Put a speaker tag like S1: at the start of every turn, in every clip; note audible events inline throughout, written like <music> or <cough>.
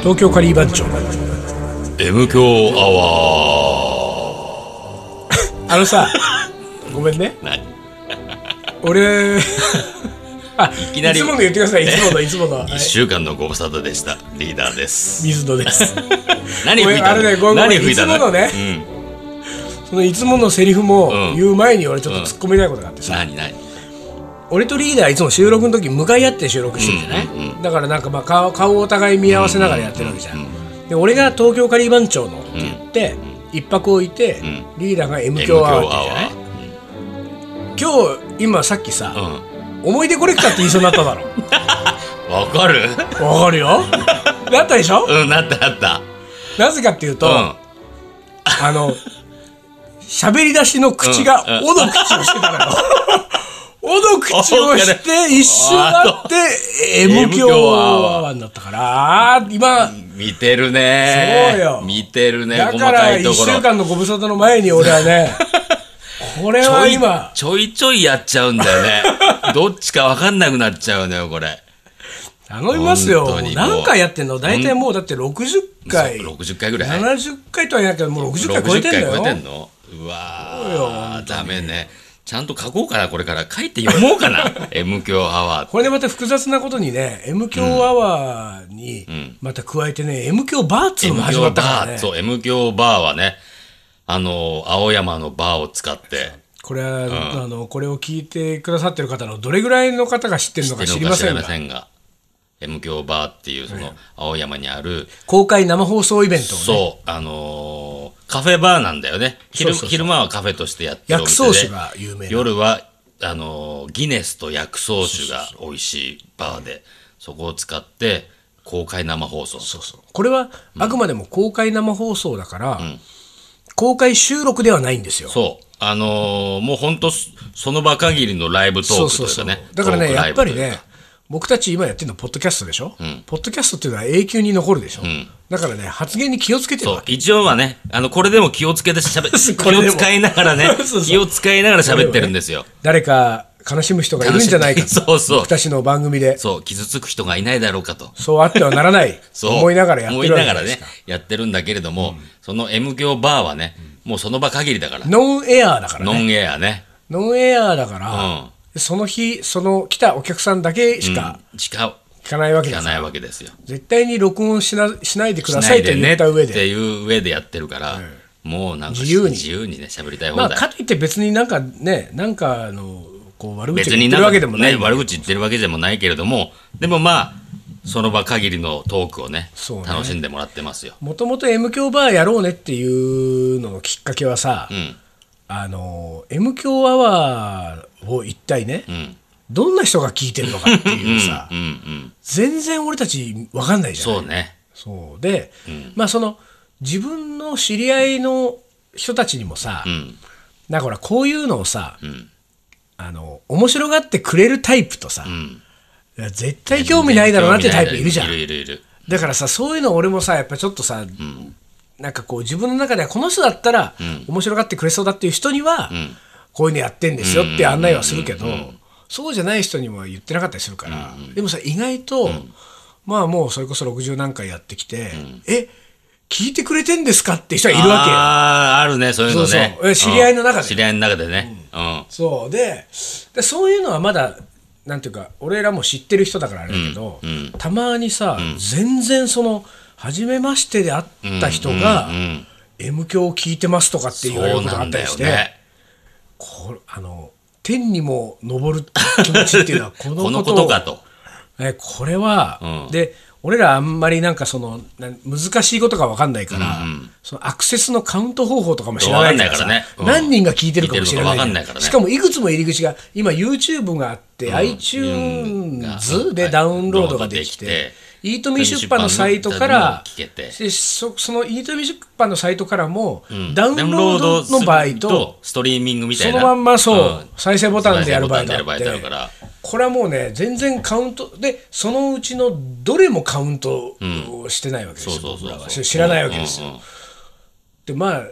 S1: 東京カリー番長
S2: M 強アワ
S1: あの
S2: <laughs>
S1: さごめんね
S2: ー何 <laughs>
S1: 俺あい
S2: きなり
S1: つもの言ってくださいいつも
S2: <laughs>
S1: のいつもの、はい
S2: 一週間のご無沙汰でしたリーダーです
S1: 水野
S2: <laughs>
S1: です
S2: 何吹いた
S1: ごめんあれねごめ
S2: の
S1: んごめん
S2: 何吹いた
S1: いつものね
S2: うん
S1: そのいつものセリフも
S2: うん
S1: 言う前に俺ちょっと突っ込みたいことがあってさ、
S2: 何何
S1: 俺とリーダーいつも収録の時向かい合って収録してるじゃない、
S2: うんうん
S1: だからなんかまあ顔顔をお互い見合わせながらやってるわけじゃん,、で俺が東京カリー番長のって言って、一泊置いて、
S2: ん
S1: リーダーが M
S2: 強
S1: 強ア
S2: ア
S1: ワーっ
S2: ワ
S1: て言
S2: ー
S1: うじゃない今日今さっき
S2: う
S1: さ、
S2: ん
S1: 思い出コレクターって言いそうになった
S2: <laughs>
S1: だろ
S2: わかる <laughs>
S1: わかるよなったでしょ、
S2: うんなったなった
S1: なぜかっていうと、
S2: うん
S1: あの、喋り出しの口が、
S2: うんうん
S1: おの口をしてたのよ。 <laughs> おの口をして、一瞬あって、M 強アワーになったから、あー今、
S2: 見てるね
S1: そうよ
S2: 見てるね
S1: だ
S2: 細
S1: か
S2: からい
S1: 一
S2: ところ
S1: 週間のご無沙汰の前に俺は
S2: <laughs>
S1: ね、これは今、
S2: ちょいちょいちょいやっちゃうんだ
S1: <laughs>
S2: よねどっちかわかんなくなっちゃうのよこれ
S1: 頼みますよ。
S2: 本
S1: も
S2: 当
S1: う
S2: に
S1: 何回やってんの大体もうだって60回、
S2: 60回ぐらい
S1: 70回とは言えないけど、もう60回超えてんだ
S2: 60回超えて
S1: よ
S2: ん。のう
S1: そうよ本
S2: わーダメねちゃんと書こうかなこれから書いて読もうかな
S1: <laughs>
S2: M 強アワー
S1: これでまた複雑なことにね、M 強アワーに、また加えてね、M 強バーツ
S2: M
S1: も始ま
S2: 強
S1: ったか
S2: バ
S1: ら
S2: ー
S1: ね。
S2: そう M 強バーはねあの青山のバーを使って
S1: これは、あのこれを聞いてくださってる方のどれぐらいの方が知ってるのか知りません
S2: 知りま
S1: が
S2: せんが M 強バーっていうその青山にある
S1: 公開生放送イベントをね
S2: そう、あのーカフェバーなんだよね。
S1: そ
S2: 昼
S1: うそうそう
S2: 昼間はカフェとしてやってるお店で
S1: 薬草酒が有名な
S2: 夜は、あのーギネスと薬草酒が美味しいバーで、そこを使って公開生放送。
S1: そうそうこれはあくまでも公開生放送だから、公開収録ではないんですよ
S2: そう。あのーもう本当そその場限りのライブトークというかね。
S1: だから
S2: ト
S1: ね
S2: ークラ
S1: や
S2: イ
S1: っ
S2: ブ
S1: ぱ
S2: と
S1: り
S2: いうか
S1: ね。僕たち今やってるのポッドキャストでしょ、ポッドキャストっていうのは永久に残るでしょ、だからね発言に気をつけてる
S2: そ
S1: わ
S2: う
S1: け。
S2: 一応はね、あの、これでも気をつけてし
S1: <laughs>
S2: ゃべ、気
S1: これでも
S2: を使いながらね
S1: <laughs> そうそう、
S2: 気を使いながら喋ってるんですよ。
S1: 誰か悲しむ人がいるんじゃないかと
S2: <laughs> そうそう
S1: 僕たちの番組で
S2: そう、傷つく人がいないだろうかと。
S1: そうあってはならない
S2: そう
S1: 思いながらやってるわけじゃな
S2: 思
S1: いで
S2: いな
S1: す
S2: が
S1: から
S2: ね、やってるんだけれども、その M 強バーはね、もうその場限りだから、
S1: ノンエアーだから
S2: ノンエアね、
S1: ノンエアーだか
S2: う
S1: ら、その日、その来たお客さんだけしか
S2: しか
S1: 聞かないわけ
S2: 聞
S1: で
S2: か
S1: す、
S2: ないわけですよ。
S1: 絶対に録音しなしないでく
S2: し
S1: だ
S2: な
S1: さい
S2: い
S1: と
S2: で
S1: 言
S2: ね
S1: っ
S2: った
S1: 上で、
S2: ていう上でやってるから、もうなんか
S1: 自由に
S2: 自由にね、喋りたい
S1: ま
S2: 放
S1: あ、
S2: 題。
S1: かといって別になんかね、なんかあのこう悪口
S2: 別
S1: が言
S2: に
S1: って
S2: な
S1: るわけ
S2: ん
S1: で
S2: か
S1: もな
S2: ね、
S1: い、
S2: 悪口言ってるわけでもないけれども、でもまあ、その場限りのトークをね
S1: そうね、
S2: 楽しんでもらってますよ。
S1: もともと M 強バーやろうねっていうののきっかけはさ、
S2: うん、
S1: あの M 強アワーを一体ね、
S2: うん、
S1: どんな人が聞いてるのかっていうさ、
S2: うん、うん。
S1: 全然俺たち分かんないじゃん。
S2: そうね。
S1: そうで、まあその自分の知り合いの人たちにもさ、
S2: うん、
S1: なんかほらこういうのをさ、
S2: ん
S1: あの面白がってくれるタイプとさ
S2: う、ん。
S1: いや絶対興味ないだろうなってタイプいるじゃん
S2: いるいるいる。
S1: だからさそういうの俺もさやっぱちょっとさ、なんかこう自分の中ではこの人だったら面白がってくれそうだっていう人には、こういうのやってんですよって案内はするけど、そうじゃない人にも言ってなかったりするから、でもさ意外と、まあもうそれこそ60何回やってきて、え聞いてくれてんですかって人はいるわけよ。
S2: ああ、あるね、そういうのね。
S1: そうそうえ知り合いの中で
S2: うん知り合いの中でね。うん。
S1: そうででそういうのはまだなんていうか俺らも知ってる人だからあれだけど、
S2: うんうん
S1: たまにさ、全然その初めましてで会った人が「
S2: うんうん
S1: M 響を聞いてます」とかって言われる
S2: そう
S1: ことが
S2: な
S1: あっ
S2: ん
S1: た
S2: だ
S1: りし
S2: よ
S1: て、
S2: ね。
S1: これあの天にも昇る気持ちっていうのはこのこと
S2: こ
S1: を
S2: のことかと。
S1: えこれは、
S2: うん
S1: で俺らあんまりなんかそのなん難しいことが分かんないから、そのアクセスのカウント方法とかも知らないからさ
S2: わかんないからねうん
S1: 何人が聞いてるかもしれない
S2: 聞いてるのかわかんないからね
S1: しかもいくつも入り口が今 YouTube があって、
S2: う
S1: iTunes
S2: ん
S1: でダウンロードができて。
S2: ダウンロードができて
S1: イートミー出版のサイトから
S2: 聞けて
S1: でそそのイートミー出版のサイトからも、
S2: うん
S1: ダウンロードの場合
S2: ダウンロードする
S1: と、
S2: ストリーミングみた
S1: そ
S2: いな。
S1: のまんまそう、
S2: ん
S1: 再生ボタンでやる場合
S2: 再
S1: だ
S2: 生ボ
S1: っ
S2: タン
S1: て
S2: でやる場合だから。
S1: これはもうね全然カウントでそのうちのどれもカウントをしてないわけですよ、
S2: そうそ
S1: 僕
S2: うそ
S1: ら
S2: う
S1: は
S2: そう。
S1: 知らないわけですよ、
S2: うんうん
S1: でまあ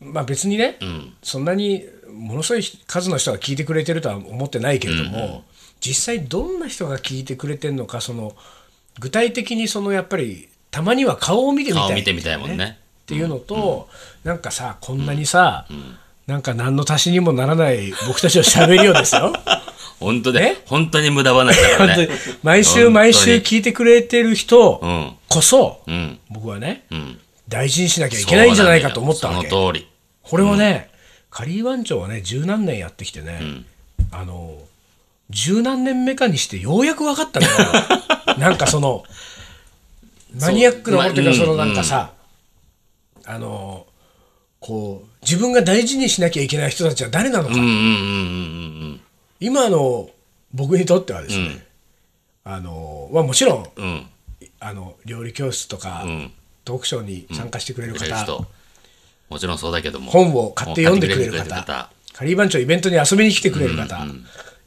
S1: まあ別にね、そんなにものすごい数の人が聞いてくれてるとは思ってないけれども、実際どんな人が聞いてくれてるのかその具体的にそのやっぱりたまには顔を見てみたい、
S2: 顔見てみたいもんね
S1: っていうのと、なんかさこんなにさ、なんか何の足しにもならない僕たちの喋りをです
S2: <laughs>
S1: よ
S2: 本当
S1: ね
S2: で、本当に無駄話だか
S1: 本
S2: ら
S1: 当
S2: ね
S1: に。毎週毎週聞いてくれてる人
S2: うん
S1: こそ、
S2: うん。
S1: 僕はね、
S2: うん。
S1: 大事にしなきゃいけないんじゃないかと思ったわけ
S2: そうなんだよその通り。
S1: これをね、カリー番長はね十何年やってきてね、あの十何年目かにしてようやく分かった
S2: <laughs>
S1: のよなんかそのマニアックなものというか
S2: まあ
S1: その
S2: うん
S1: なんかさ、あのこう自分が大事にしなきゃいけない人たちは誰なのか、
S2: うんうんうんうんうん
S1: 今の僕にとってはですね、あのまあ、もちろん
S2: うん。うん。
S1: あの料理教室とか、
S2: ん
S1: トークショーに参加してくれる
S2: くれる
S1: 方、
S2: 人。もちろんそうだけども。
S1: 本を買って読んでくれる
S2: 買ってくれる
S1: 方
S2: 方、
S1: カリー番長イベントに遊びに来てくれる方、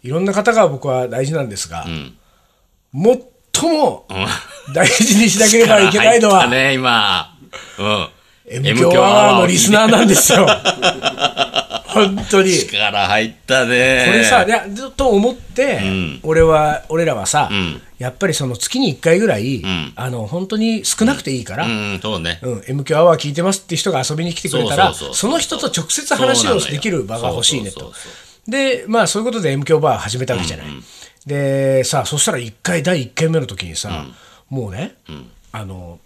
S1: いろんな方が僕は大事なんですが、最も大事にしなければいけないの
S2: 力入った
S1: は、
S2: ね、今。うん。
S1: M 強アワーのリスナーなんですよ。 <laughs> 本当に。
S2: 力入ったね。
S1: これさ、いやずっと思って、
S2: ん
S1: 俺は俺らはさ、
S2: ん
S1: やっぱりその月に1回ぐらい、
S2: ん
S1: あの本当に少なくていいから、
S2: うん、そうね。
S1: うん、MQ アワー聞いてますって人が遊びに来てくれたら、
S2: そうそうそう
S1: その人と直接話
S2: そう
S1: を
S2: なのよ
S1: できる場が欲しいね
S2: そ
S1: と
S2: うそうそう。
S1: で、まあそういうことで MQ バー始めたわけじゃない。で、さあ、そしたら1回、第1回目の時にさ、もうね、あの、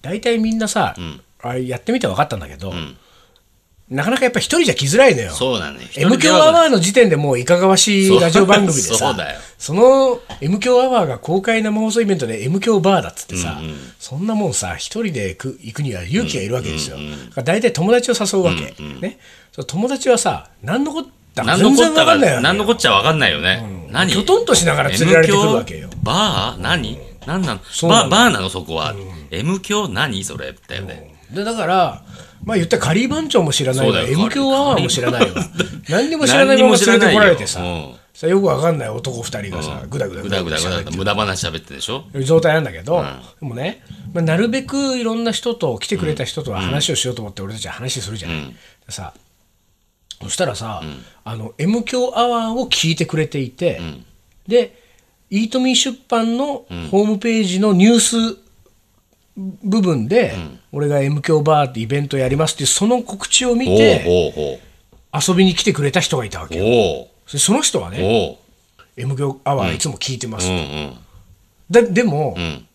S1: 大体みんなさ、あれやってみて分かったんだけど、なかなかやっぱ一人じゃ来づらいのよ。
S2: そうなのよ。
S1: M 強アワーの時点でもういかがわしいラジオ番組で
S2: そうそ
S1: さ
S2: うだよ、
S1: その M 強アワーが公開生放送イベントで M 強バーだっつってさ、そんなもんさ、一人で行く行くには勇気がいるわけですよ。だから大体友達を誘うわけ。ね、その友達はさ、何のこったか
S2: 何
S1: 全
S2: のこっ
S1: 然
S2: た
S1: わ
S2: か
S1: かんないわけよ
S2: 何のこっちゃ分かんないよね。何
S1: きょとんとしながら連れられてくるわけよ
S2: M 響バー何何なの
S1: うな
S2: バ
S1: の
S2: ーバーなのそこは。M 響何それだよね。
S1: でだから、まあ言ったらカリー番長も知らないわ、
S2: そうだよ
S1: M 強アワーも知らないわ、何にも知らない
S2: 何に
S1: ま
S2: も
S1: ま
S2: 知
S1: 連
S2: ら
S1: れて
S2: ない
S1: こ
S2: よ
S1: られてさ
S2: うん、
S1: さよくわかんない男二人がさ、ぐだぐだ
S2: ぐだぐだぐだぐだ無駄話喋ってるでしょ
S1: 状態なんだけど、でもね、まあ、なるべくいろんな人と来てくれた人とは話をしようと思って俺たちは話するじゃない、でさそしたらさ、あの M 強アワーを聞いてくれていて、でイートミー出版のホームページのニュース部分で、俺が M 強バーってイベントやりますっていうその告知を見
S2: おお
S1: て
S2: おお
S1: 遊びに来てくれた人がいたわけよ
S2: お
S1: そその人は
S2: お
S1: ね
S2: お
S1: M 強アワーいつも聞いてます
S2: うんうん
S1: だでも、
S2: ん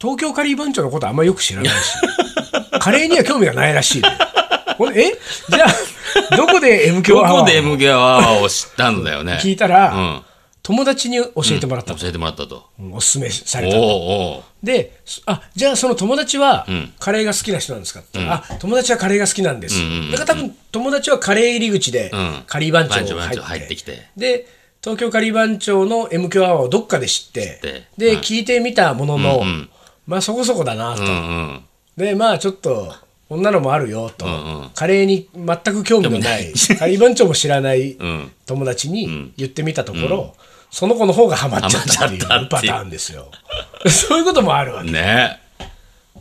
S1: 東京カリー番長のことあんまよく知らないし <laughs> カレーには興味がないらしいのよほんでえじゃあどこで M 響
S2: ど
S1: アワ
S2: こで
S1: ーを
S2: M 響アワーを知ったんだ
S1: <laughs>
S2: よね
S1: 聞いたら、
S2: うん
S1: 友達に教えてもらったの、
S2: 教えてもらったと
S1: うんおすすめさ
S2: お
S1: れ
S2: お
S1: たの
S2: おお
S1: でそあじゃあその友達はカレーが好きな人なんですかって言ったら、あ友達はカレーが好きなんです、だから多分友達はカレー入り口で
S2: ん
S1: カリー番
S2: 番
S1: 長
S2: 長
S1: が入
S2: 番
S1: って,、
S2: 長入ってきて
S1: で東京カリー番長の M 響アワーをどっかで知って
S2: て
S1: で、聞いてみたものの、まあそこそこだなと、
S2: うんうん
S1: でまあちょっとこんなのもあるよと、カレーに全く興味のない
S2: 興味な
S1: <laughs> カリー番長も知らない
S2: ん
S1: 友達に言ってみたところ、その子の方がハマっちゃったっていう
S2: ハマっちゃった
S1: パ
S2: って
S1: タ
S2: いう
S1: ーンですよ <laughs> そういうこともあるわけ
S2: ね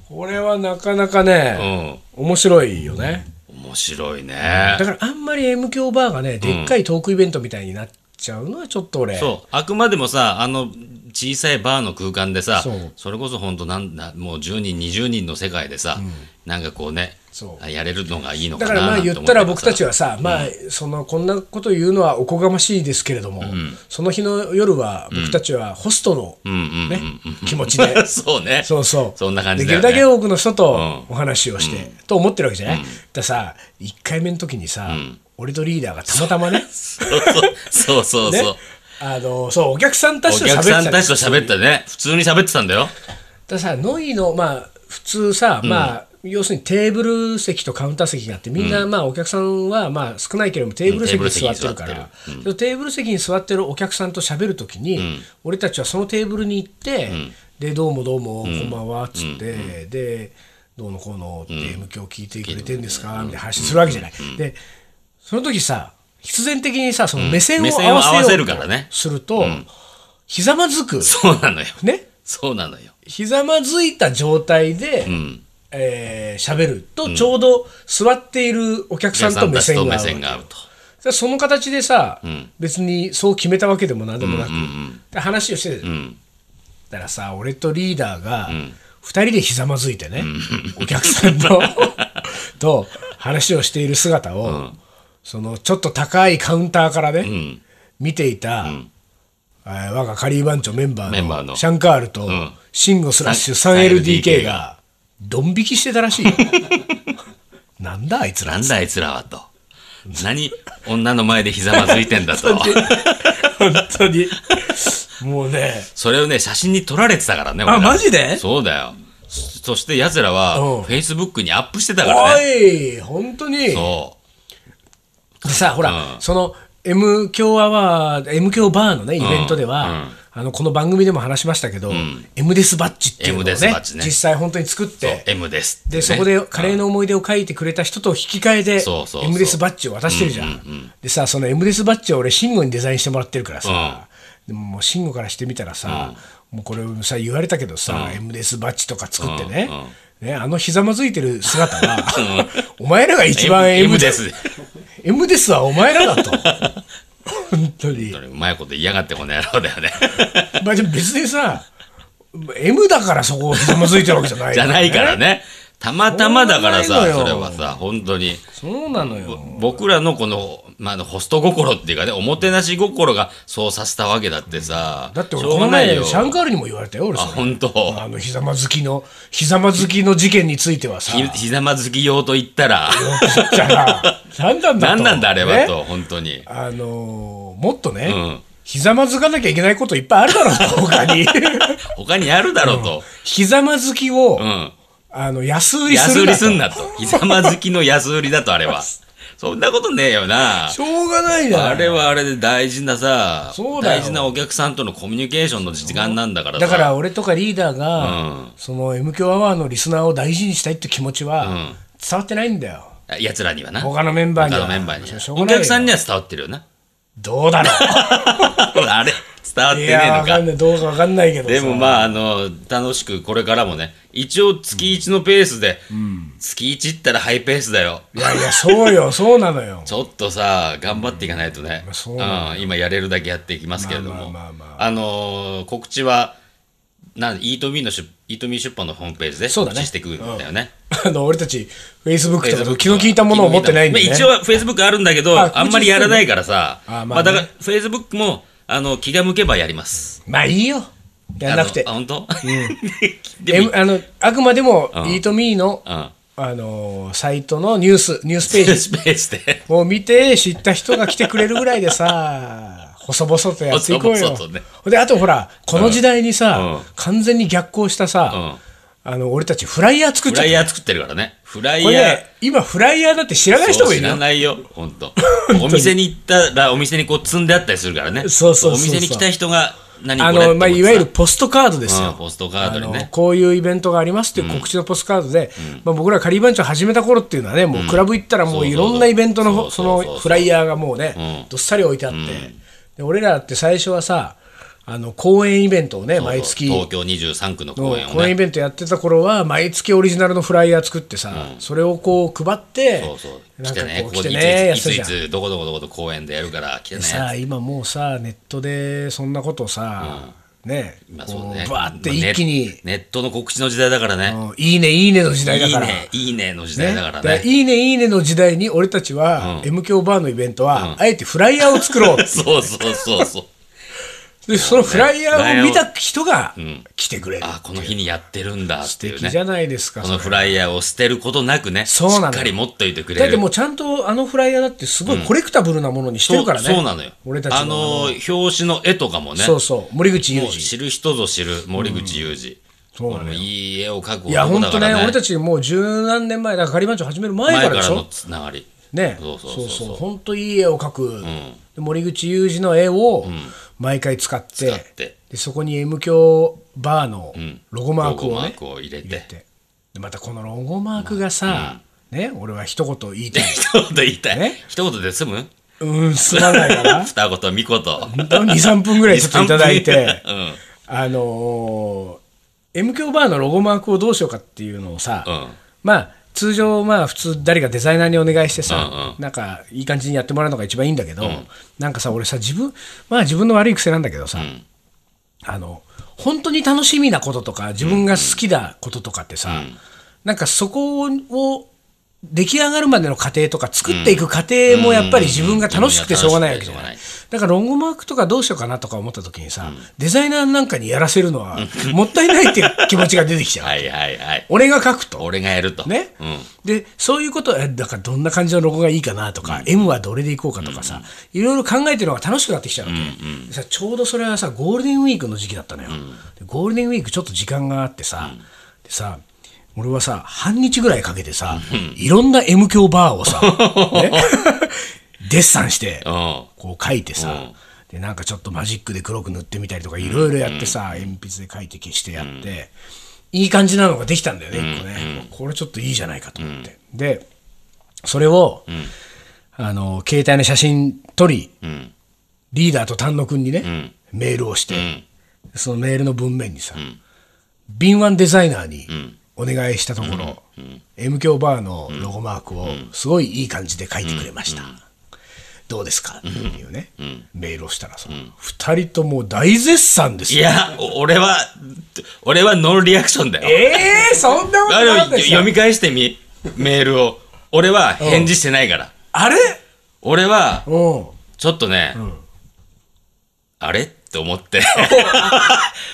S1: これはなかなかね、
S2: え
S1: 面白いよね
S2: うん面白いね
S1: だからあんまり M 強バーがねでっかいトークイベントみたいになっちゃうのはちょっと俺
S2: そうあくまでもさあの小さいバーの空間でさ
S1: そう
S2: それこそ本当なんなもう10人20人の世界でさ、なんかこうね
S1: そう
S2: あやれるのがいいのか
S1: だ
S2: な
S1: からまあ言
S2: な
S1: っ
S2: んて思
S1: たら
S2: けど
S1: 僕
S2: さ
S1: たちはさ、まあそのこんなこと言うのはおこがましいですけれども、その日の夜は僕たちはホストの、ね
S2: <laughs>
S1: 気持ちで
S2: そうね
S1: そうそう。
S2: そんな感じ
S1: で
S2: だ
S1: きるだけ
S2: よね
S1: 多くの人とお話をして、と思ってるわけじゃない、ださ、1回目の時にさ、俺とリーダーがたまたまね、
S2: そうそうそうそう
S1: ねあの、そう、お客さんたち
S2: お
S1: と喋っ
S2: 客
S1: てた
S2: さ
S1: ん
S2: んたちと喋ったね普通に喋ってたんだよ
S1: だからさノイのまあ普通さ、まあ要するにテーブル席とカウンター席があってみんな、まあお客さんはまあ少ないけれどもテーブル席に座ってるから、そのテーブル席に座ってるお客さんと喋るときに、俺たちはそのテーブルに行って、でどうもどうも、こんばんはっつって、でどうのこうのって、M 響聞いてくれてんですかみたいな話するわけじゃない。でその時さ必然的にさその目線を
S2: 目線
S1: 合
S2: を
S1: わ
S2: 合わ
S1: せ
S2: せ
S1: よ
S2: る
S1: う
S2: からね
S1: とすると、ひざまずく
S2: そうなのよ
S1: ね
S2: そうなのよ
S1: ひざまずいた状態で、えー喋ると、ちょうど座っているお客
S2: お
S1: さ
S2: 客
S1: ん
S2: さ
S1: と
S2: ん
S1: 目
S2: たち
S1: 線
S2: と
S1: が合う
S2: 目
S1: わけ
S2: 線が合うと
S1: でその形でさ、別にそう決めたわけでも何でもなく、で話をしてて、ったらさ俺とリーダーが2人でひざまずいてね、お客さんと <laughs> と話をしている姿を、そのちょっと高いカウンターからね、見ていた、えー我がカリー番長メンバ
S2: メ
S1: ー
S2: ン
S1: の
S2: バーの
S1: シャンカールと、
S2: ん
S1: シンゴスラッシ
S2: さ
S1: ュ 3LDK
S2: LDK
S1: がドン引きしてたらしいよ <laughs> なんだあいつら
S2: なんだあいつらはと。何、女の前でひざまずいてん
S1: <laughs>
S2: だと。
S1: 本当にもうね
S2: それをね、写真に撮られてたからね、
S1: あ
S2: 俺ら
S1: マジで
S2: そうだよ。そそして奴らは
S1: うん、
S2: Facebook にアップしてたから
S1: お
S2: ね。
S1: い本当に
S2: そ
S1: でさほら、
S2: うん
S1: その M 強アワー M 強バーのねイベントでは、
S2: うん
S1: あのこの番組でも話しましたけど、M デスバッジっていうのをね
S2: M デスバッジね
S1: 実際本当に作っ
S2: う。そう
S1: て
S2: M ですって
S1: で
S2: ね。
S1: そこでカレーの思い出を書いてくれた人と引き換えで、
S2: そうそうそう
S1: M デスバッジを渡してるじゃん,、でさその M デスバッジを俺慎吾にデザインしてもらってるからさ、でももう慎吾からしてみたらさ、もうこれさ言われたけどさ、M デスバッジとか作ってね、ねあのひざまずいてる姿は、 <laughs> お前らが一番
S2: M
S1: M
S2: で。
S1: です M ですはお前らだと。 <laughs> 本当に
S2: そ。れうまいこと言いやがってこの野郎だ
S1: <laughs>
S2: よね。
S1: まあ、でも別にさ、M だからそこをひざまずいてるわけじゃない、
S2: <laughs> じゃないから。ね。たまたまだから
S1: そうな
S2: さ、
S1: のよ
S2: それはさ、本当に。
S1: そうなのよ。
S2: 僕らのこの、まああの、ホスト心っていうかね、おもてなし心がそうさせたわけだってさ。
S1: だって俺、
S2: しょう
S1: こ
S2: が
S1: の
S2: ない
S1: 前、
S2: よ。
S1: シャンカールにも言われたよ、俺
S2: あ、
S1: それ。
S2: 本当。
S1: あの、ひざまずきの、ひざまずきの事件についてはさ、
S2: ひひざまずき用と言ったら、
S1: じゃあ、何なんだと。
S2: 何なんだあれは
S1: ね
S2: と、本当に。
S1: あのーもっとね、
S2: うん
S1: ひざまずかなきゃいけないこといっぱいある
S2: <laughs>
S1: だろうと、他に。
S2: 他にあるだろうと。
S1: ひざまずきを、
S2: うん。
S1: あの、安売りす
S2: 安
S1: る
S2: 売
S1: な
S2: り
S1: と
S2: すんなと。ひざまずきの安売りだと、あ
S1: <laughs>
S2: れは。そんなことねえよな。
S1: しょうがないじゃない
S2: あれはあれで大事なさ、
S1: そうだよ
S2: 大事なお客さんとのコミュニケーションの時間なんだからさ。
S1: だから俺とかリーダーが、
S2: うん
S1: その M 響アワーのリスナーを大事にしたいって気持ちは
S2: ん
S1: 伝わってないんだよ。
S2: あ奴らにはな。
S1: 他のメンバーには
S2: 他のメンバーには
S1: しょうが
S2: お
S1: ないよ
S2: 客さんには伝わってるよな。
S1: どうだろ
S2: <laughs> あれ伝わっ
S1: う
S2: て
S1: い
S2: ねえ
S1: や
S2: の
S1: わか
S2: か
S1: ん。ないどうかわかんないけどさ
S2: でもまあ、あの、楽しくこれからもね、一応月1のペースで、月1ったらハイペースだよ。
S1: いやいやそうよそうなのよ。 <laughs>
S2: ちょっとさ、頑張っていかないとね、
S1: まあ
S2: う
S1: そ
S2: ん
S1: うな
S2: 今やれるだけやっていきますけれど
S1: まあ
S2: も、
S1: まあまあま
S2: あのー告知は、なんイートミーの出イートミー出版のホームページで
S1: そうだ
S2: 告
S1: ね
S2: 知していくんだよね。
S1: あの俺たち Facebook とか
S2: Facebook
S1: 気の利いたものを持ってないんでね。
S2: まあ一応、フェイスブックあるんだけど、
S1: あ告知
S2: あんまりやらないからさ、
S1: してんのあま
S2: ま
S1: あ
S2: あ
S1: ね
S2: だから、フェイスブックもあの気が向けばやります。
S1: まあいいよやんなくて
S2: あ。のあ本当、 <laughs> でも
S1: M あのあくまでも「
S2: ん
S1: EatMe」の
S2: うん、
S1: あのーサイトのニュースニュースページ
S2: <laughs> スペースで。
S1: を見て知った人が来てくれるぐらいで
S2: <laughs>
S1: さ細々とやっていこうよ。
S2: 細々とね
S1: であとほらこの時代にさ、
S2: うん
S1: 完全に逆行したさ、あの俺たちフライヤー作っ
S2: フ
S1: ちゃっ
S2: ラ
S1: た
S2: イヤー作ってるからね。フライ
S1: これ
S2: ヤー
S1: ね。今フライヤーだって知らない人もいる
S2: そう知ら
S1: よ。
S2: ないよ、本当。お店に行ったら、お店にこう積んであったりするからね。
S1: そうそうそうそう
S2: お店に来た人が、何これ
S1: あ
S2: って思
S1: の
S2: って
S1: まあ、
S2: さ
S1: いわゆるポストカードですよ、
S2: うんポストカードにね
S1: あのこういうイベントがありますっていう告知のポストカードで、まあ、僕らカリー番長始めた頃っていうのはね、もうクラブ行ったら、も
S2: そう
S1: う
S2: そう
S1: い
S2: そう
S1: ろんなイベントのそ
S2: そうそうそう
S1: のフライヤーがもうね
S2: う、ん
S1: どっさり置いてあって、で俺らって最初はさ、あの公演イベントをね、
S2: そう
S1: 毎月
S2: 東京23区の
S1: の
S2: 公演を
S1: 公演イ
S2: ね。
S1: ベントやってた頃は、毎月オリジナルのフライヤー作ってさ、それをこう配って、
S2: そうそう。
S1: な
S2: 来
S1: んか
S2: てね、
S1: こ
S2: こ
S1: う
S2: こ
S1: 来て
S2: にい
S1: ね、やっ
S2: ついつ、
S1: て
S2: い
S1: じ
S2: つ
S1: ゃん。
S2: いつ、どこどこどこど公演でやるから、来て
S1: で
S2: ね。
S1: さ今もうさネットでそんなことをさ、ね
S2: まあ
S1: こ
S2: そう
S1: う
S2: ね。
S1: バーって一気に、
S2: まあネネットの告知の時代だからね。
S1: うんいいねいいねの時代だ
S2: いい
S1: から
S2: ね、いいねの時代
S1: ね
S2: だから
S1: だから
S2: ね。
S1: いいねいいねの時代に俺たちは、M 響バーのイベントは、あえてフライヤーを作ろう
S2: <laughs> そうそうそうそう。
S1: でそのフライヤーを見た人が来てくれる、
S2: あ、この日にやってるんだっていう
S1: 敵じゃ
S2: ね。
S1: ないですか
S2: こ
S1: そ
S2: の
S1: れ
S2: フライヤーを捨てることなくね、し
S1: そうなのよ
S2: っかり持っといてくれる。
S1: だってもうちゃんとあのフライヤーだってすごいコレクタブルなものにしてるからね、
S2: そうそうなのよ。
S1: 俺たちの
S2: あの、表紙の絵とかもね、
S1: そうそう森口
S2: も
S1: 裕
S2: う
S1: 二
S2: 知る人ぞ知る森口裕二。
S1: そうなのよ
S2: このいい絵を描く
S1: いや
S2: 男
S1: 本
S2: だ
S1: 当
S2: から
S1: ね
S2: ね。
S1: 俺たちもう十何年前だからガリバンチョ始める前か
S2: 前
S1: ら
S2: か
S1: で
S2: ら
S1: しょ
S2: のつながり。
S1: ね、
S2: そうそうそうそう
S1: 本当いい絵を描く、で森口裕二の絵を毎回使って,、
S2: 使って
S1: でそこに M 響バーのロゴマーク
S2: ロゴ
S1: を
S2: マ
S1: ね
S2: ー、クを入れ
S1: 入れ
S2: て。
S1: てでまたこのロゴマークがさ、ね、俺は一言言いたい
S2: 一言言いたい
S1: ね。
S2: 一言で済む
S1: うんすまないかな
S2: 二言、三言。
S1: 23分ぐらいちょっといただいて
S2: うん。うん。
S1: あのー、M 響バーのロゴマークをどうしようかっていうのをさ、まあ通常まあ普通誰かデザイナーにお願いしてさ、なんかいい感じにやってもらうのが一番いいんだけど、なんかさ俺さ自分まあ自分の悪い癖なんだけどさ、あの本当に楽しみなこととか自分が好きなこととかってさ、なんかそこを出来上がるまでの過程とか作っていく過程もやっぱり自分が楽しくてしょうがないわけじゃないだからロゴマークとかどうしようかなとか思った時にさ、デザイナーなんかにやらせるのはもったいないっていう気持ちが出てきちゃう、
S2: はいはいはい。
S1: 俺が書くと
S2: 俺がやると。
S1: ね、
S2: うん。
S1: でそういうことえだからどんな感じのロゴがいいかなとか、M はどれでいこうかとかさ、いろいろ考えてるのが楽しくなってきちゃうわけ、でさちょうどそれはさゴールデンウィークの時期だったのよ、でゴールデンウィークちょっと時間があってさ、でさ俺はさ半日ぐらいかけてさ、いろんな M 響バーをさ、ね <laughs> デッサンして、
S2: うん。
S1: こう書いてさ、でなんかちょっとマジックで黒く塗ってみたりとかいろいろやってさ、鉛筆で書いて消してやって、いい感じなのができたんだよね、一個ね、これちょっといいじゃないかと思って、でそれを、あの携帯の写真撮り
S2: うん。
S1: リーダーと丹野くんにね、
S2: ん
S1: メールをして、
S2: うん。
S1: そのメールの文面にさ、敏腕デザイナーに
S2: ん
S1: お願いしたところ、M 響バーのロゴマークをすごいいい感じで書いてくれました。どうですかっていうね、メールをしたらさ、二人とも大絶賛です
S2: い
S1: よ。
S2: や、お俺は、俺はノーリアクションだよ。
S1: えー、そんなこと
S2: あ
S1: なん
S2: れ
S1: ですよ
S2: 読み返してみ、メールを。俺は返事してないから。
S1: あれ
S2: 俺は、
S1: うん。
S2: ちょっとね、あれって思って。 <laughs>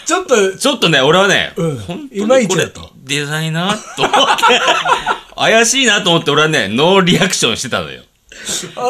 S1: ちょっと、
S2: ちょっとね、俺はね、
S1: うん
S2: 本
S1: い
S2: 当
S1: ま
S2: に
S1: い
S2: こ
S1: ち
S2: れ
S1: だと
S2: デザイナーと思って、 <laughs> 怪しいなと思って俺はね、ノーリアクションしてたのよ。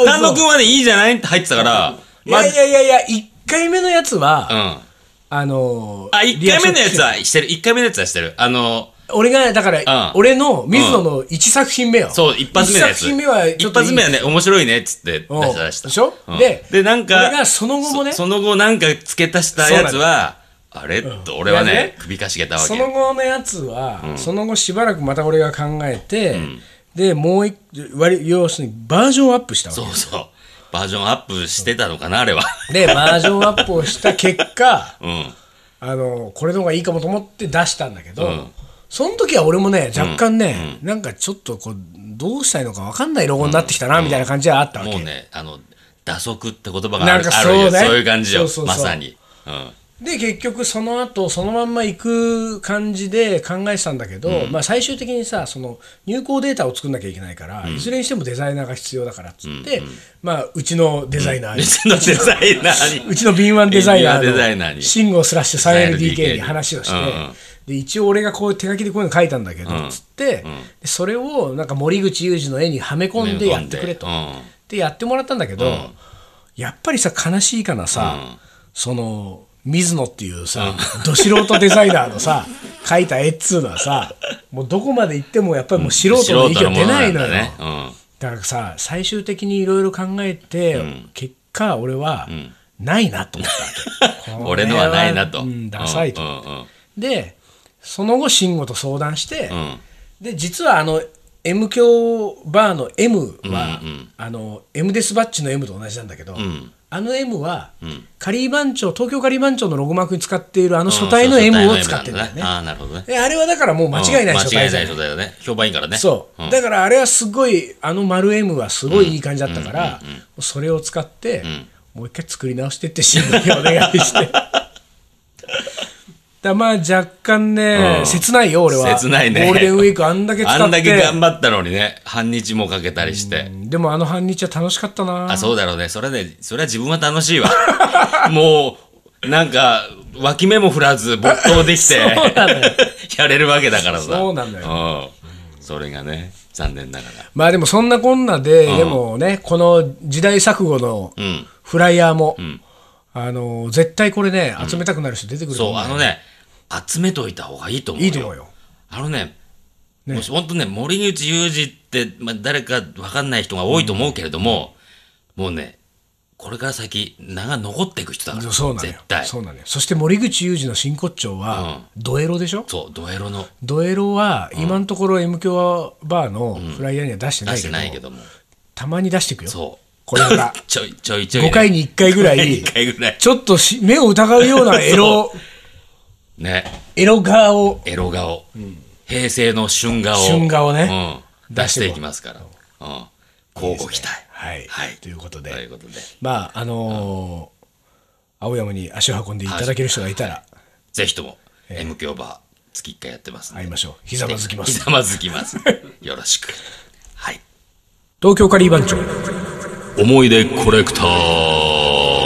S2: 丹野くんはね、いいじゃないって入ってたから、
S1: いやいやいやいや、一回目のやつは、
S2: うん。
S1: あのー
S2: あ、1
S1: リア
S2: 回
S1: クション
S2: 目のやつはしてる。1回目のやつはしてる。あの、
S1: 俺が、だから、
S2: うん
S1: 俺の水野の一作品目よ。
S2: そう、一発目のやつ。
S1: 一作品目はちょっといい、
S2: 一発目はね、面白いねっつって出した出した。
S1: でしょ
S2: うん
S1: で
S2: で、なんか、
S1: 俺がその後もね
S2: そその後なんか付け足したやつは、あれと俺は
S1: でね
S2: ね、首かしげたわけ。
S1: その後のやつは、その後しばらくまた俺が考えて、でもう一割要するにバージョンアップしたわけ
S2: そうそう。バージョンアップしてたのかな、あれは。
S1: でバージョンアップをした結果 <laughs>
S2: うん。
S1: あのこれの方がいいかもと思って出したんだけど、
S2: ん
S1: その時は俺もね若干ね、なんかちょっとこうどうしたいのか分かんないロゴになってきたな、みたいな感じはあったわけ、
S2: もうね、あの、打足って言葉があ
S1: なん
S2: る
S1: か
S2: あ
S1: そう
S2: る
S1: ね
S2: よ。そういう感じよ。
S1: そうそうそう
S2: まさに。うん。
S1: で結局その後そのまんま行く感じで考えてたんだけど、まあ、最終的にさその入稿データを作んなきゃいけないから、いずれにしてもデザイナーが必要だからっつって、まあ、うちのデザイナーに、
S2: 別のデザイナ
S1: <laughs>
S2: ー
S1: う
S2: に。
S1: ちの敏腕デザイナ
S2: 敏腕デザイナ
S1: ー
S2: ー
S1: の
S2: に
S1: 慎吾スラッシュ 3LDK に
S2: 3LDK
S1: 話をして、
S2: うんうん
S1: で一応俺がこう手書きでこういうの書いたんだけど、
S2: うん
S1: つって、でそれをなんか森口裕二の絵にはめ込んでやってくれと。
S2: うん。
S1: でやってもらったんだけど、やっぱりさ悲しいかなさ、その水野っていうさ、ど素人デザイナーの
S2: <laughs>
S1: さ描いた絵っつうのはさもうどこまで行ってもやっぱりもう素人の意見出ないのよだ,、
S2: 素人もんだね。
S1: からさ最終的にいろいろ考えて、結果俺は、ないなと思ったわけ
S2: うん。 <laughs> 俺のはないなと。
S1: これはうん、ダサいと、
S2: うんうん
S1: でその後慎吾と相談して、
S2: うんうん。
S1: で実はあの M 響バーの M は、
S2: うんう
S1: あの M デスバッチの M と同じなんだけど、
S2: ん
S1: あの M は、カリー番長東京カリー番長のロゴマークに使っているあの書体の M を使ってるんだよね。
S2: ああ、なるほどね。
S1: であれはだからもう間違いない書
S2: 間違
S1: 体
S2: い
S1: じゃ
S2: なんい書体だね。評判いいからね。
S1: そう、だからあれはすごいあの丸 M はすごいいい感じだったから、それを使って、もう一回作り直してってシーンにお願い
S2: <laughs>
S1: してだまあ若干ね、
S2: うん
S1: 切ないよ俺は
S2: 切ないね
S1: ゴールデンウィークあんだけ使って
S2: あんだけ頑張ったのにね、半日もかけたりして。
S1: でもあの半日は楽しかったな
S2: あ、そうだろうね。それはね、それは自分は楽しいわ。 <laughs> もう、なんか、脇目も振らず、没頭できて
S1: <laughs> そうなのよ、
S2: <laughs> やれるわけだからさ。
S1: そうなの
S2: よ。うん。それがね、残念ながら。
S1: まあでもそんなこんなで、でもねこの時代錯誤の
S2: うん。
S1: フライヤーも、あの絶対これね集めたくなる人出てくると
S2: そう、
S1: 思
S2: あのね、集めといた方がいいと思うよ。
S1: いいと思うよ
S2: あのね、もし本当ね、森口裕二って、まあ、誰か分かんない人が多いと思うけれども、もうね、これから先、名が残っていく人だから、
S1: そうなのよ
S2: 絶対。
S1: そうなのよそして森口裕二の真骨頂は、ドエロでしょ
S2: そう、ドエロの
S1: ドエロは今のところ M 響バーのフライヤーには出してな
S2: 出
S1: い
S2: し
S1: け
S2: て
S1: ど,、
S2: ないけども、
S1: たまに出していくよ
S2: そう。
S1: これが
S2: <laughs> ちょいちょいちょい、
S1: 5回に1回ぐらい
S2: 1回ぐらい。
S1: ちょっとし目を疑うよう
S2: <laughs>
S1: なエロ
S2: ね。
S1: エロ側を
S2: エロ顔。平成の春顔。
S1: 旬顔ね
S2: うん。出していきますから。うん。交互期待。
S1: はい、
S2: はい。
S1: ということ
S2: と
S1: で
S2: いうことで。
S1: まああのー青山に足を運んでいただける人がいたら、
S2: ぜひとも、M 響バー、月1回やってますんで
S1: 会いましょうひざまずきます
S2: ひざまずきます。よろしく。はい。
S1: 東京カリー番長
S2: 思い出コレクター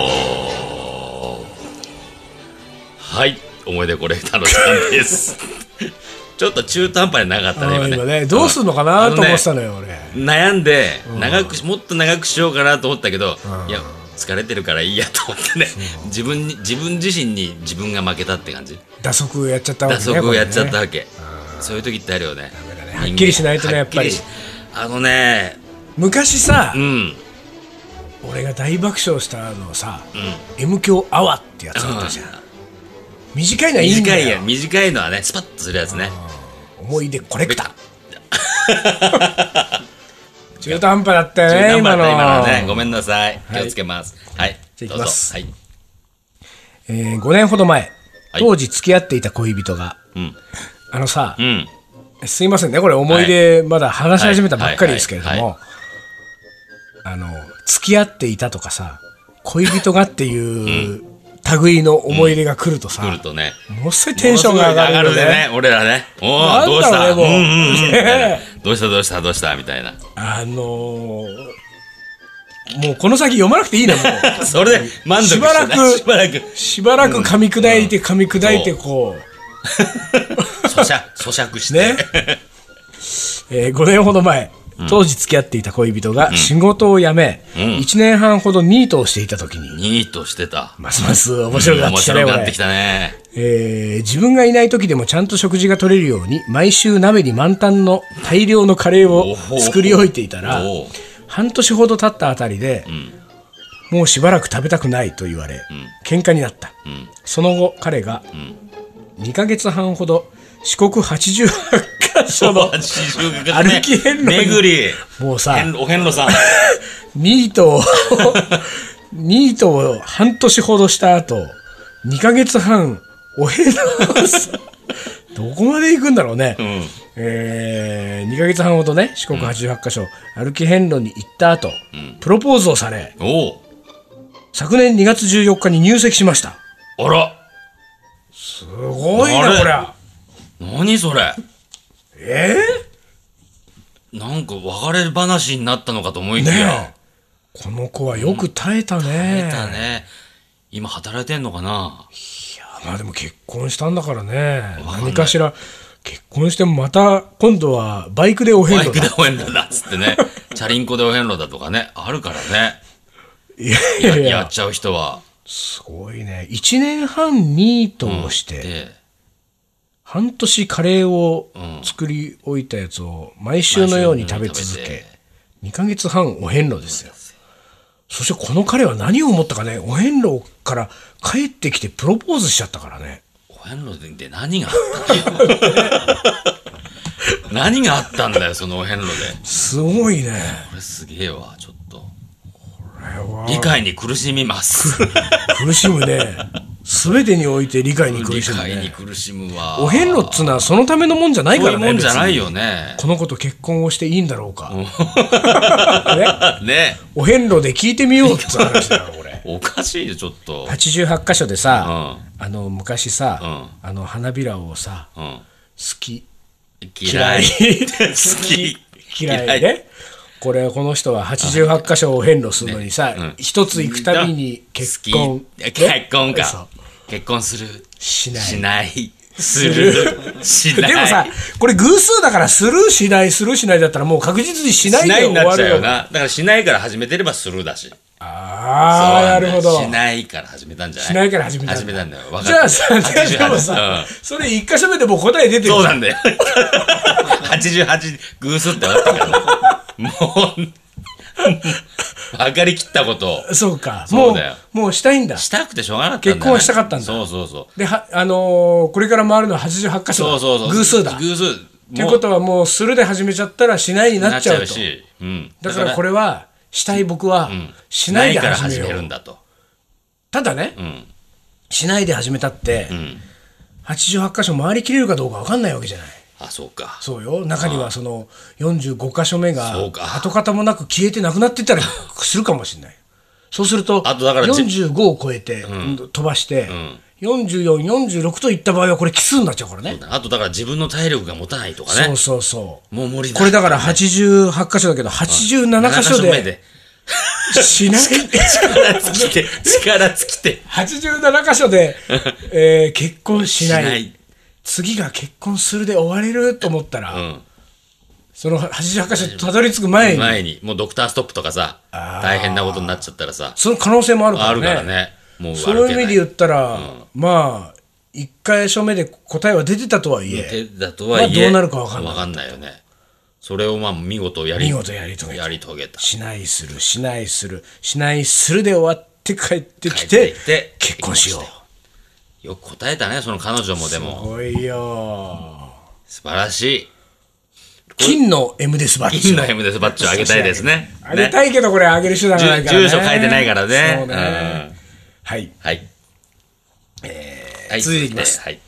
S2: はい思い出コレクターの時間です
S1: <laughs>
S2: ちょっと中途半端になかったね
S1: あ
S2: 今
S1: ー
S2: ね
S1: 今ねどうすんのかなと思ってた
S2: あの
S1: の
S2: ね
S1: よ俺
S2: 悩んで長くしもっと長くしようかなと思ったけどいや疲れてるからいいやと思ってね自分に自分自身に自分が負けたって感じ
S1: 打足やっちゃったわけ
S2: 打
S1: ね
S2: 足をやっちゃった
S1: こ
S2: わけ、そういう時ってあるよね
S1: れねダメだねはっきりしないとねやっぱり
S2: はきしあのね
S1: 昔さ
S2: うん
S1: 俺が大爆笑したのさ M 響アワーってやつだったじゃん短いのはいいん
S2: <laughs> 短
S1: だ
S2: いや
S1: よ
S2: 短いのはねスパッとするやつね
S1: 思い出コレクター中途半端だったよね
S2: 中途
S1: 今
S2: 半端だった今のはね
S1: の
S2: ごめんなさい気
S1: い
S2: をつけますはい
S1: じゃあ
S2: ど
S1: 行き
S2: うぞ
S1: ます
S2: はい
S1: えー5年ほど前
S2: はい
S1: 当時付き合っていた恋人が
S2: うん
S1: あのさ
S2: うん
S1: すいませんねこれ思い出まだ話し始めたばっかりですけれど
S2: はいはい
S1: もあの付き合っていたとかさ恋人がっていう類の思い出が来るとさ
S2: 来るとね
S1: ものすごいテンションが上がるよ
S2: 上が
S1: ね
S2: ね俺らねお
S1: な
S2: お
S1: んだろうね
S2: どうしたうん
S1: もう
S2: うんうんみたいな
S1: ね
S2: どうしたどうしたどうしたみたいな <laughs>
S1: あのーもうこの先読まなくていい
S2: <laughs>
S1: なもう
S2: それで満足してね
S1: し
S2: しばらく
S1: しばらく噛み砕いて噛み砕いてこ
S2: 咀嚼咀嚼し
S1: うね
S2: て
S1: えー5年ほど前当時付き合っていた恋人が仕事を辞め1年半ほどニートをしていた時に
S2: ニートしてた
S1: ますます面白くなって
S2: 面
S1: きたね
S2: 白く
S1: こ
S2: なって
S1: れ
S2: きたね
S1: えー自分がいない時でもちゃんと食事が取れるように毎週鍋に満タンの大量のカレーを作り置いていたら
S2: おお
S1: 半年ほど経ったあたりで、もうしばらく食べたくないと言われ、喧嘩になった、その後彼が、2ヶ月半ほど四国88カ所の
S2: 80が
S1: 歩
S2: ね
S1: き遍路に
S2: 巡り
S1: もうさ
S2: 遍お遍路さん
S1: ニートを <laughs> ニートを半年ほどした後2ヶ月半お部屋をさ <laughs> どこまで行くんだろうね、
S2: うん
S1: え2ヶ月半ほどね四国88カ所歩き遍路に行った後、プロポーズをされ、
S2: おお
S1: 昨年2月14日に入籍しました
S2: あら
S1: すごい
S2: あ
S1: な
S2: れ
S1: こりゃ
S2: 何それ
S1: え
S2: なんか別れ話になったのかと思い
S1: ー、
S2: きや、
S1: ねえこの子はよく耐えたね
S2: 出たね。今働いてんのかない
S1: やまあでも結婚したんだからね何かしら結婚してもまた今度はバイクでお遍
S2: バイ
S1: 路
S2: クで
S1: だ
S2: お遍路だっつっ
S1: <laughs>
S2: てね。チャリンコでお遍路だとかね。あるからね。
S1: いやいやい
S2: や
S1: や
S2: っちゃう人は。
S1: すごいね1年半ニートをして
S2: で、
S1: 半年カレーを作り置いたやつを毎週のように食べ続
S2: 毎週のように食
S1: け
S2: べ
S1: 2ヶ月半お遍路ですよそしてこの彼は何を思ったかねお遍路から帰ってきてプロポーズしちゃったからね
S2: お遍路で何があ
S1: <laughs>
S2: ったの何があったんだよ、そのお遍路で。
S1: すごいね
S2: これすげえわ、ちょっと。理解に苦しみます。
S1: 苦しむね全てにおいて理解に苦
S2: 理
S1: しむ
S2: 解に
S1: ね
S2: 苦しむわ。
S1: お遍路っつうのはそのためのもんじゃない
S2: そ
S1: か
S2: うい
S1: ら
S2: う
S1: ね
S2: もんじゃない
S1: よ
S2: よね。
S1: この子と結婚をしていいんだろうか、ね、
S2: ね。
S1: お遍路で聞いてみようって話
S2: <laughs>
S1: だよこれ
S2: おかしいよ、ちょっと。
S1: 88箇所で
S2: う
S1: さ、
S2: ん。
S1: あの昔さ、あの花びらをさ
S2: うん。
S1: 好き
S2: 嫌い。好き。
S1: 嫌いね。これこの人は88箇所を遍路するのにさ
S2: ん
S1: 一つ行くたびに結婚
S2: 好き結
S1: そ
S2: 婚か
S1: う
S2: 結婚する
S1: しない
S2: しないするし
S1: で
S2: ない
S1: もさこれ偶数だからスルーしないスルーしないだったらもう確実にしない
S2: しない
S1: で終
S2: になっ
S1: わ
S2: ちゃ
S1: る
S2: うよ
S1: よ
S2: なだからしないから始めてればするだし
S1: ああなるほど
S2: しないから始めたんじゃない
S1: しないから始めた
S2: 始めたんだよ分かっ
S1: じゃあさ
S2: 88
S1: でもさそれ1箇所目でもう答え出て
S2: うん
S1: る
S2: そうなんだよ88偶数ってあったからねもう分かりきったことを
S1: そうか
S2: そ
S1: も
S2: うだよ
S1: うもうしたいんだ
S2: したくてしょうがなかったんだよね
S1: 結婚はしたかったんだ
S2: そうそうそう
S1: ではあのーこれから回るのは88箇所
S2: そうそうそう
S1: 偶数だ
S2: 偶数
S1: ということはもうするで始めちゃったらしないになっちゃうと
S2: し、うん、
S1: だからこれはしたい僕はしないで
S2: から
S1: 始
S2: 始
S1: め
S2: め
S1: よ
S2: る
S1: うん
S2: だと、
S1: ただね
S2: うん、
S1: しないで始めたって88箇所回りきれるかどうか分かんないわけじゃない
S2: あそうか
S1: そうよ中にはその45箇所目が
S2: そうか
S1: 跡形もなく消えてなくなってたりするかもしれないそうすると
S2: あとだからじ
S1: 45を超えて飛ばして44、46といった場合はこれ奇数になっちゃうからね。
S2: あとだから自分の体力が持たないとか
S1: そ
S2: ね
S1: う。そうそう。
S2: もう無理だ
S1: これだから88箇所だけど、87箇所
S2: 目
S1: で
S2: で。
S1: し
S2: <laughs>
S1: ない。
S2: 力尽きて、力尽きて。
S1: 87箇所で、えー結婚しない
S2: しない
S1: 次が結婚するで終われると思ったら、
S2: ん
S1: その88箇所たどり着く前に、
S2: 前に、もうドクターストップとかさ、大変なことになっちゃったらさ、
S1: その可能性もあるからね。
S2: あるからね。もう
S1: そういう意味で言っ
S2: う。
S1: たら、まあ、1回所目で答えは出てたとはいえ、
S2: 手だとはいえ、
S1: まあどうなるかわかんない
S2: わかんないよね。それをまあ見事やり、
S1: 見事やり遂げた
S2: やり遂げた。
S1: しないする、しないする、しないするで終わって帰ってき
S2: 帰って
S1: て
S2: き、て
S1: 結婚しよう。
S2: よく答えたね、その彼女もでも。
S1: すごいよ。
S2: 素晴らし
S1: 金の M ですバッ
S2: い。
S1: ジ
S2: 金の M ですバッジをあげたいですね。
S1: あげたいけどこれあげる手段がないから、ね、
S2: 住住所書いてないからね
S1: そうねはい、
S2: はい。え
S1: 続いていきます
S2: はい。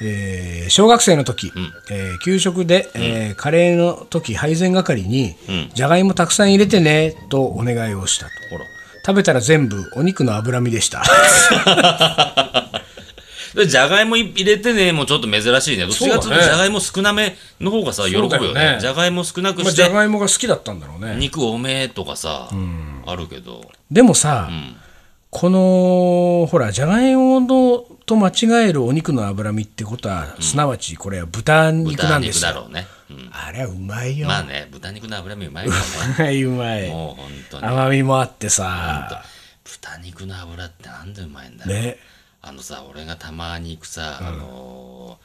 S1: えー小学生の時、えー給食で、えーカレーの時配膳係に、じゃがいもたくさん入れてねとお願いをしたと
S2: ほら。
S1: 食べたら全部お肉の脂身でした
S2: <laughs> でじゃがいも入れてねもうちょっと珍しいねどっちかって
S1: そうだ
S2: いうと
S1: ね
S2: じゃがいも少なめの方がさ喜ぶよ
S1: だよね
S2: ねじゃがいも少なく
S1: まあ
S2: し
S1: じゃ
S2: て
S1: がいもが好きだったんだろうね
S2: 肉多めとかさあるけど
S1: でもさ、このほらじゃがいものと間違えるお肉の脂身ってことは、すなわちこれは豚肉な
S2: 豚
S1: んで
S2: 肉
S1: す
S2: だ
S1: よ
S2: ろうねうん
S1: あれはうまいよ、
S2: まあね豚肉の脂身うまいから
S1: <laughs>
S2: ね
S1: はいうまい
S2: もう本当に
S1: 甘みもあってさ
S2: 豚肉の脂ってなんでうまいんだろう
S1: ね
S2: あのさ俺がたまに行くさあの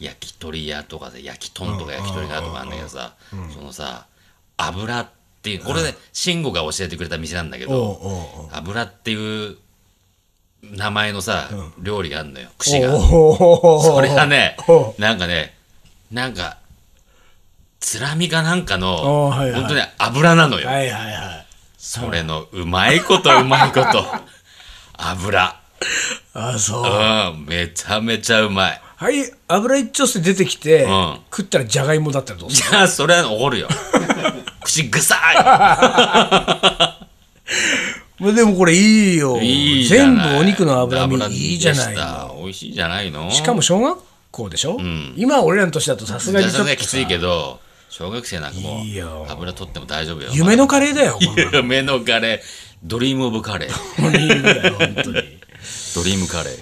S2: ー焼き鳥屋とかで焼き豚とか焼き鳥屋とかあるんだけどさそのさ油っていうこれね慎吾が教えてくれた店なんだけど
S1: おうおうおう
S2: 油っていう名前のさ、料理があるのよ串が
S1: お
S2: それがね
S1: お
S2: なんかねなんかつらみかなんかの、
S1: おはいはい
S2: 本当に油なのよ、
S1: はいはいはい
S2: それのうま
S1: <laughs>
S2: いことうまいこと油
S1: あそう、
S2: うんめちゃめちゃうまい
S1: はい油一丁して出てきて、
S2: ん
S1: 食ったらじゃがいもだったらどうす
S2: じ
S1: る
S2: ゃあそれは
S1: <laughs>
S2: 怒るよ口ぐさ
S1: まあでもこれいいよ
S2: いいいじゃ
S1: 全
S2: な
S1: 部
S2: い
S1: お肉の脂身いいじゃ
S2: で
S1: な
S2: した美味しいじゃないの
S1: いしかも小学校でしょ、今俺らの年だとさすがにちょ
S2: さ
S1: っ
S2: すがにき
S1: と
S2: ついけど小学生なんかも
S1: いいよ
S2: 油取っても大丈夫よ
S1: 夢のカレーだよこんなの
S2: <laughs> 夢のカレードリームオブカレー
S1: 本当に夢だよ本当に
S2: ドリームカレー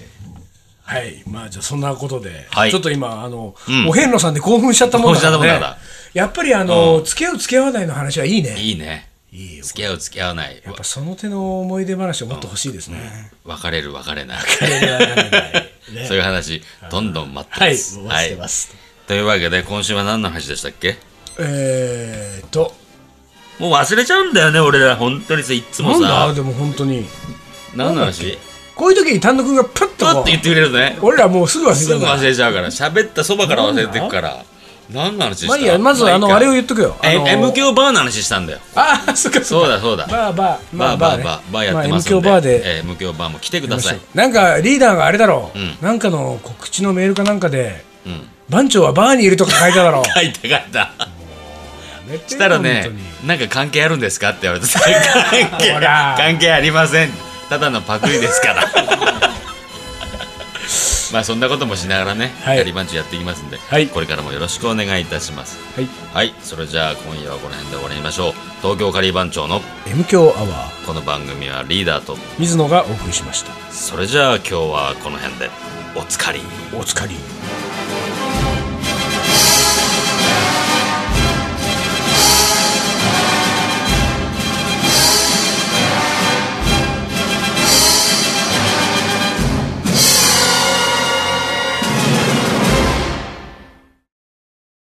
S1: はい、まあじゃあそんなことで、
S2: はい
S1: ちょっと今あの、お遍路さんで興奮しちゃったもんだから、
S2: 興奮しちゃったも
S1: ね
S2: んだか、
S1: やっぱりあの、付き合う付き合わないの話はいいね。
S2: いいね
S1: いいよ。
S2: 付き合う付き合わない
S1: やっぱその手の思い出話をもっと欲しいですね。
S2: わ別れる別れない
S1: 彼らがね
S2: <laughs> そういう話どんどん待って
S1: はい、
S2: ます
S1: もう待ってます。
S2: というわけで今週は何の話でしたっけ
S1: えーっと、
S2: もう忘れちゃうんだよね俺ら本当にさいつも
S1: なんだ
S2: さ
S1: でも本当に
S2: 何の話
S1: こういう時に丹野くんがプッと
S2: と
S1: こう
S2: って言ってくれるとね
S1: 俺らもうすぐ忘れち
S2: す
S1: ゃう
S2: ぐ
S1: から
S2: 忘れちゃうから喋ったそばから忘れてくから何の話した
S1: まあいいやまずあのあ
S2: まいい
S1: れ
S2: か
S1: を言っとくよ。あの
S2: M 響バーの話したんだよ
S1: あー、そっかそっ
S2: そ
S1: か。
S2: うだそうだ
S1: バーバーま
S2: バ
S1: あ
S2: ーバ
S1: バー
S2: ー
S1: ね
S2: バーバーやってますんで、
S1: まあ M 響バーで
S2: えー M 響バーも来てください
S1: なんかリーダーがあれだろう、
S2: ん
S1: なんかの告知のメールかなんかで、
S2: ん
S1: 番長はバーにいるとか書いただろう
S2: <laughs> 書いて書いた
S1: し
S2: <laughs> したらねなんか関係あるんですかって言われて関係
S1: ほら
S2: 関係ありませんただのパクリですから <laughs> まあそんなこともしながらね、
S1: はい
S2: やりまんじゅうやっていきますんで、
S1: はい
S2: これからもよろしくお願いいたします
S1: はい
S2: はいそれじゃあ今夜はこの辺で終わりましょう東京カリー番長の
S1: M 強アワー
S2: この番組はリーダーと
S1: 水野がお送りしました
S2: それじゃあ今日はこの辺でおつかり
S1: お疲れ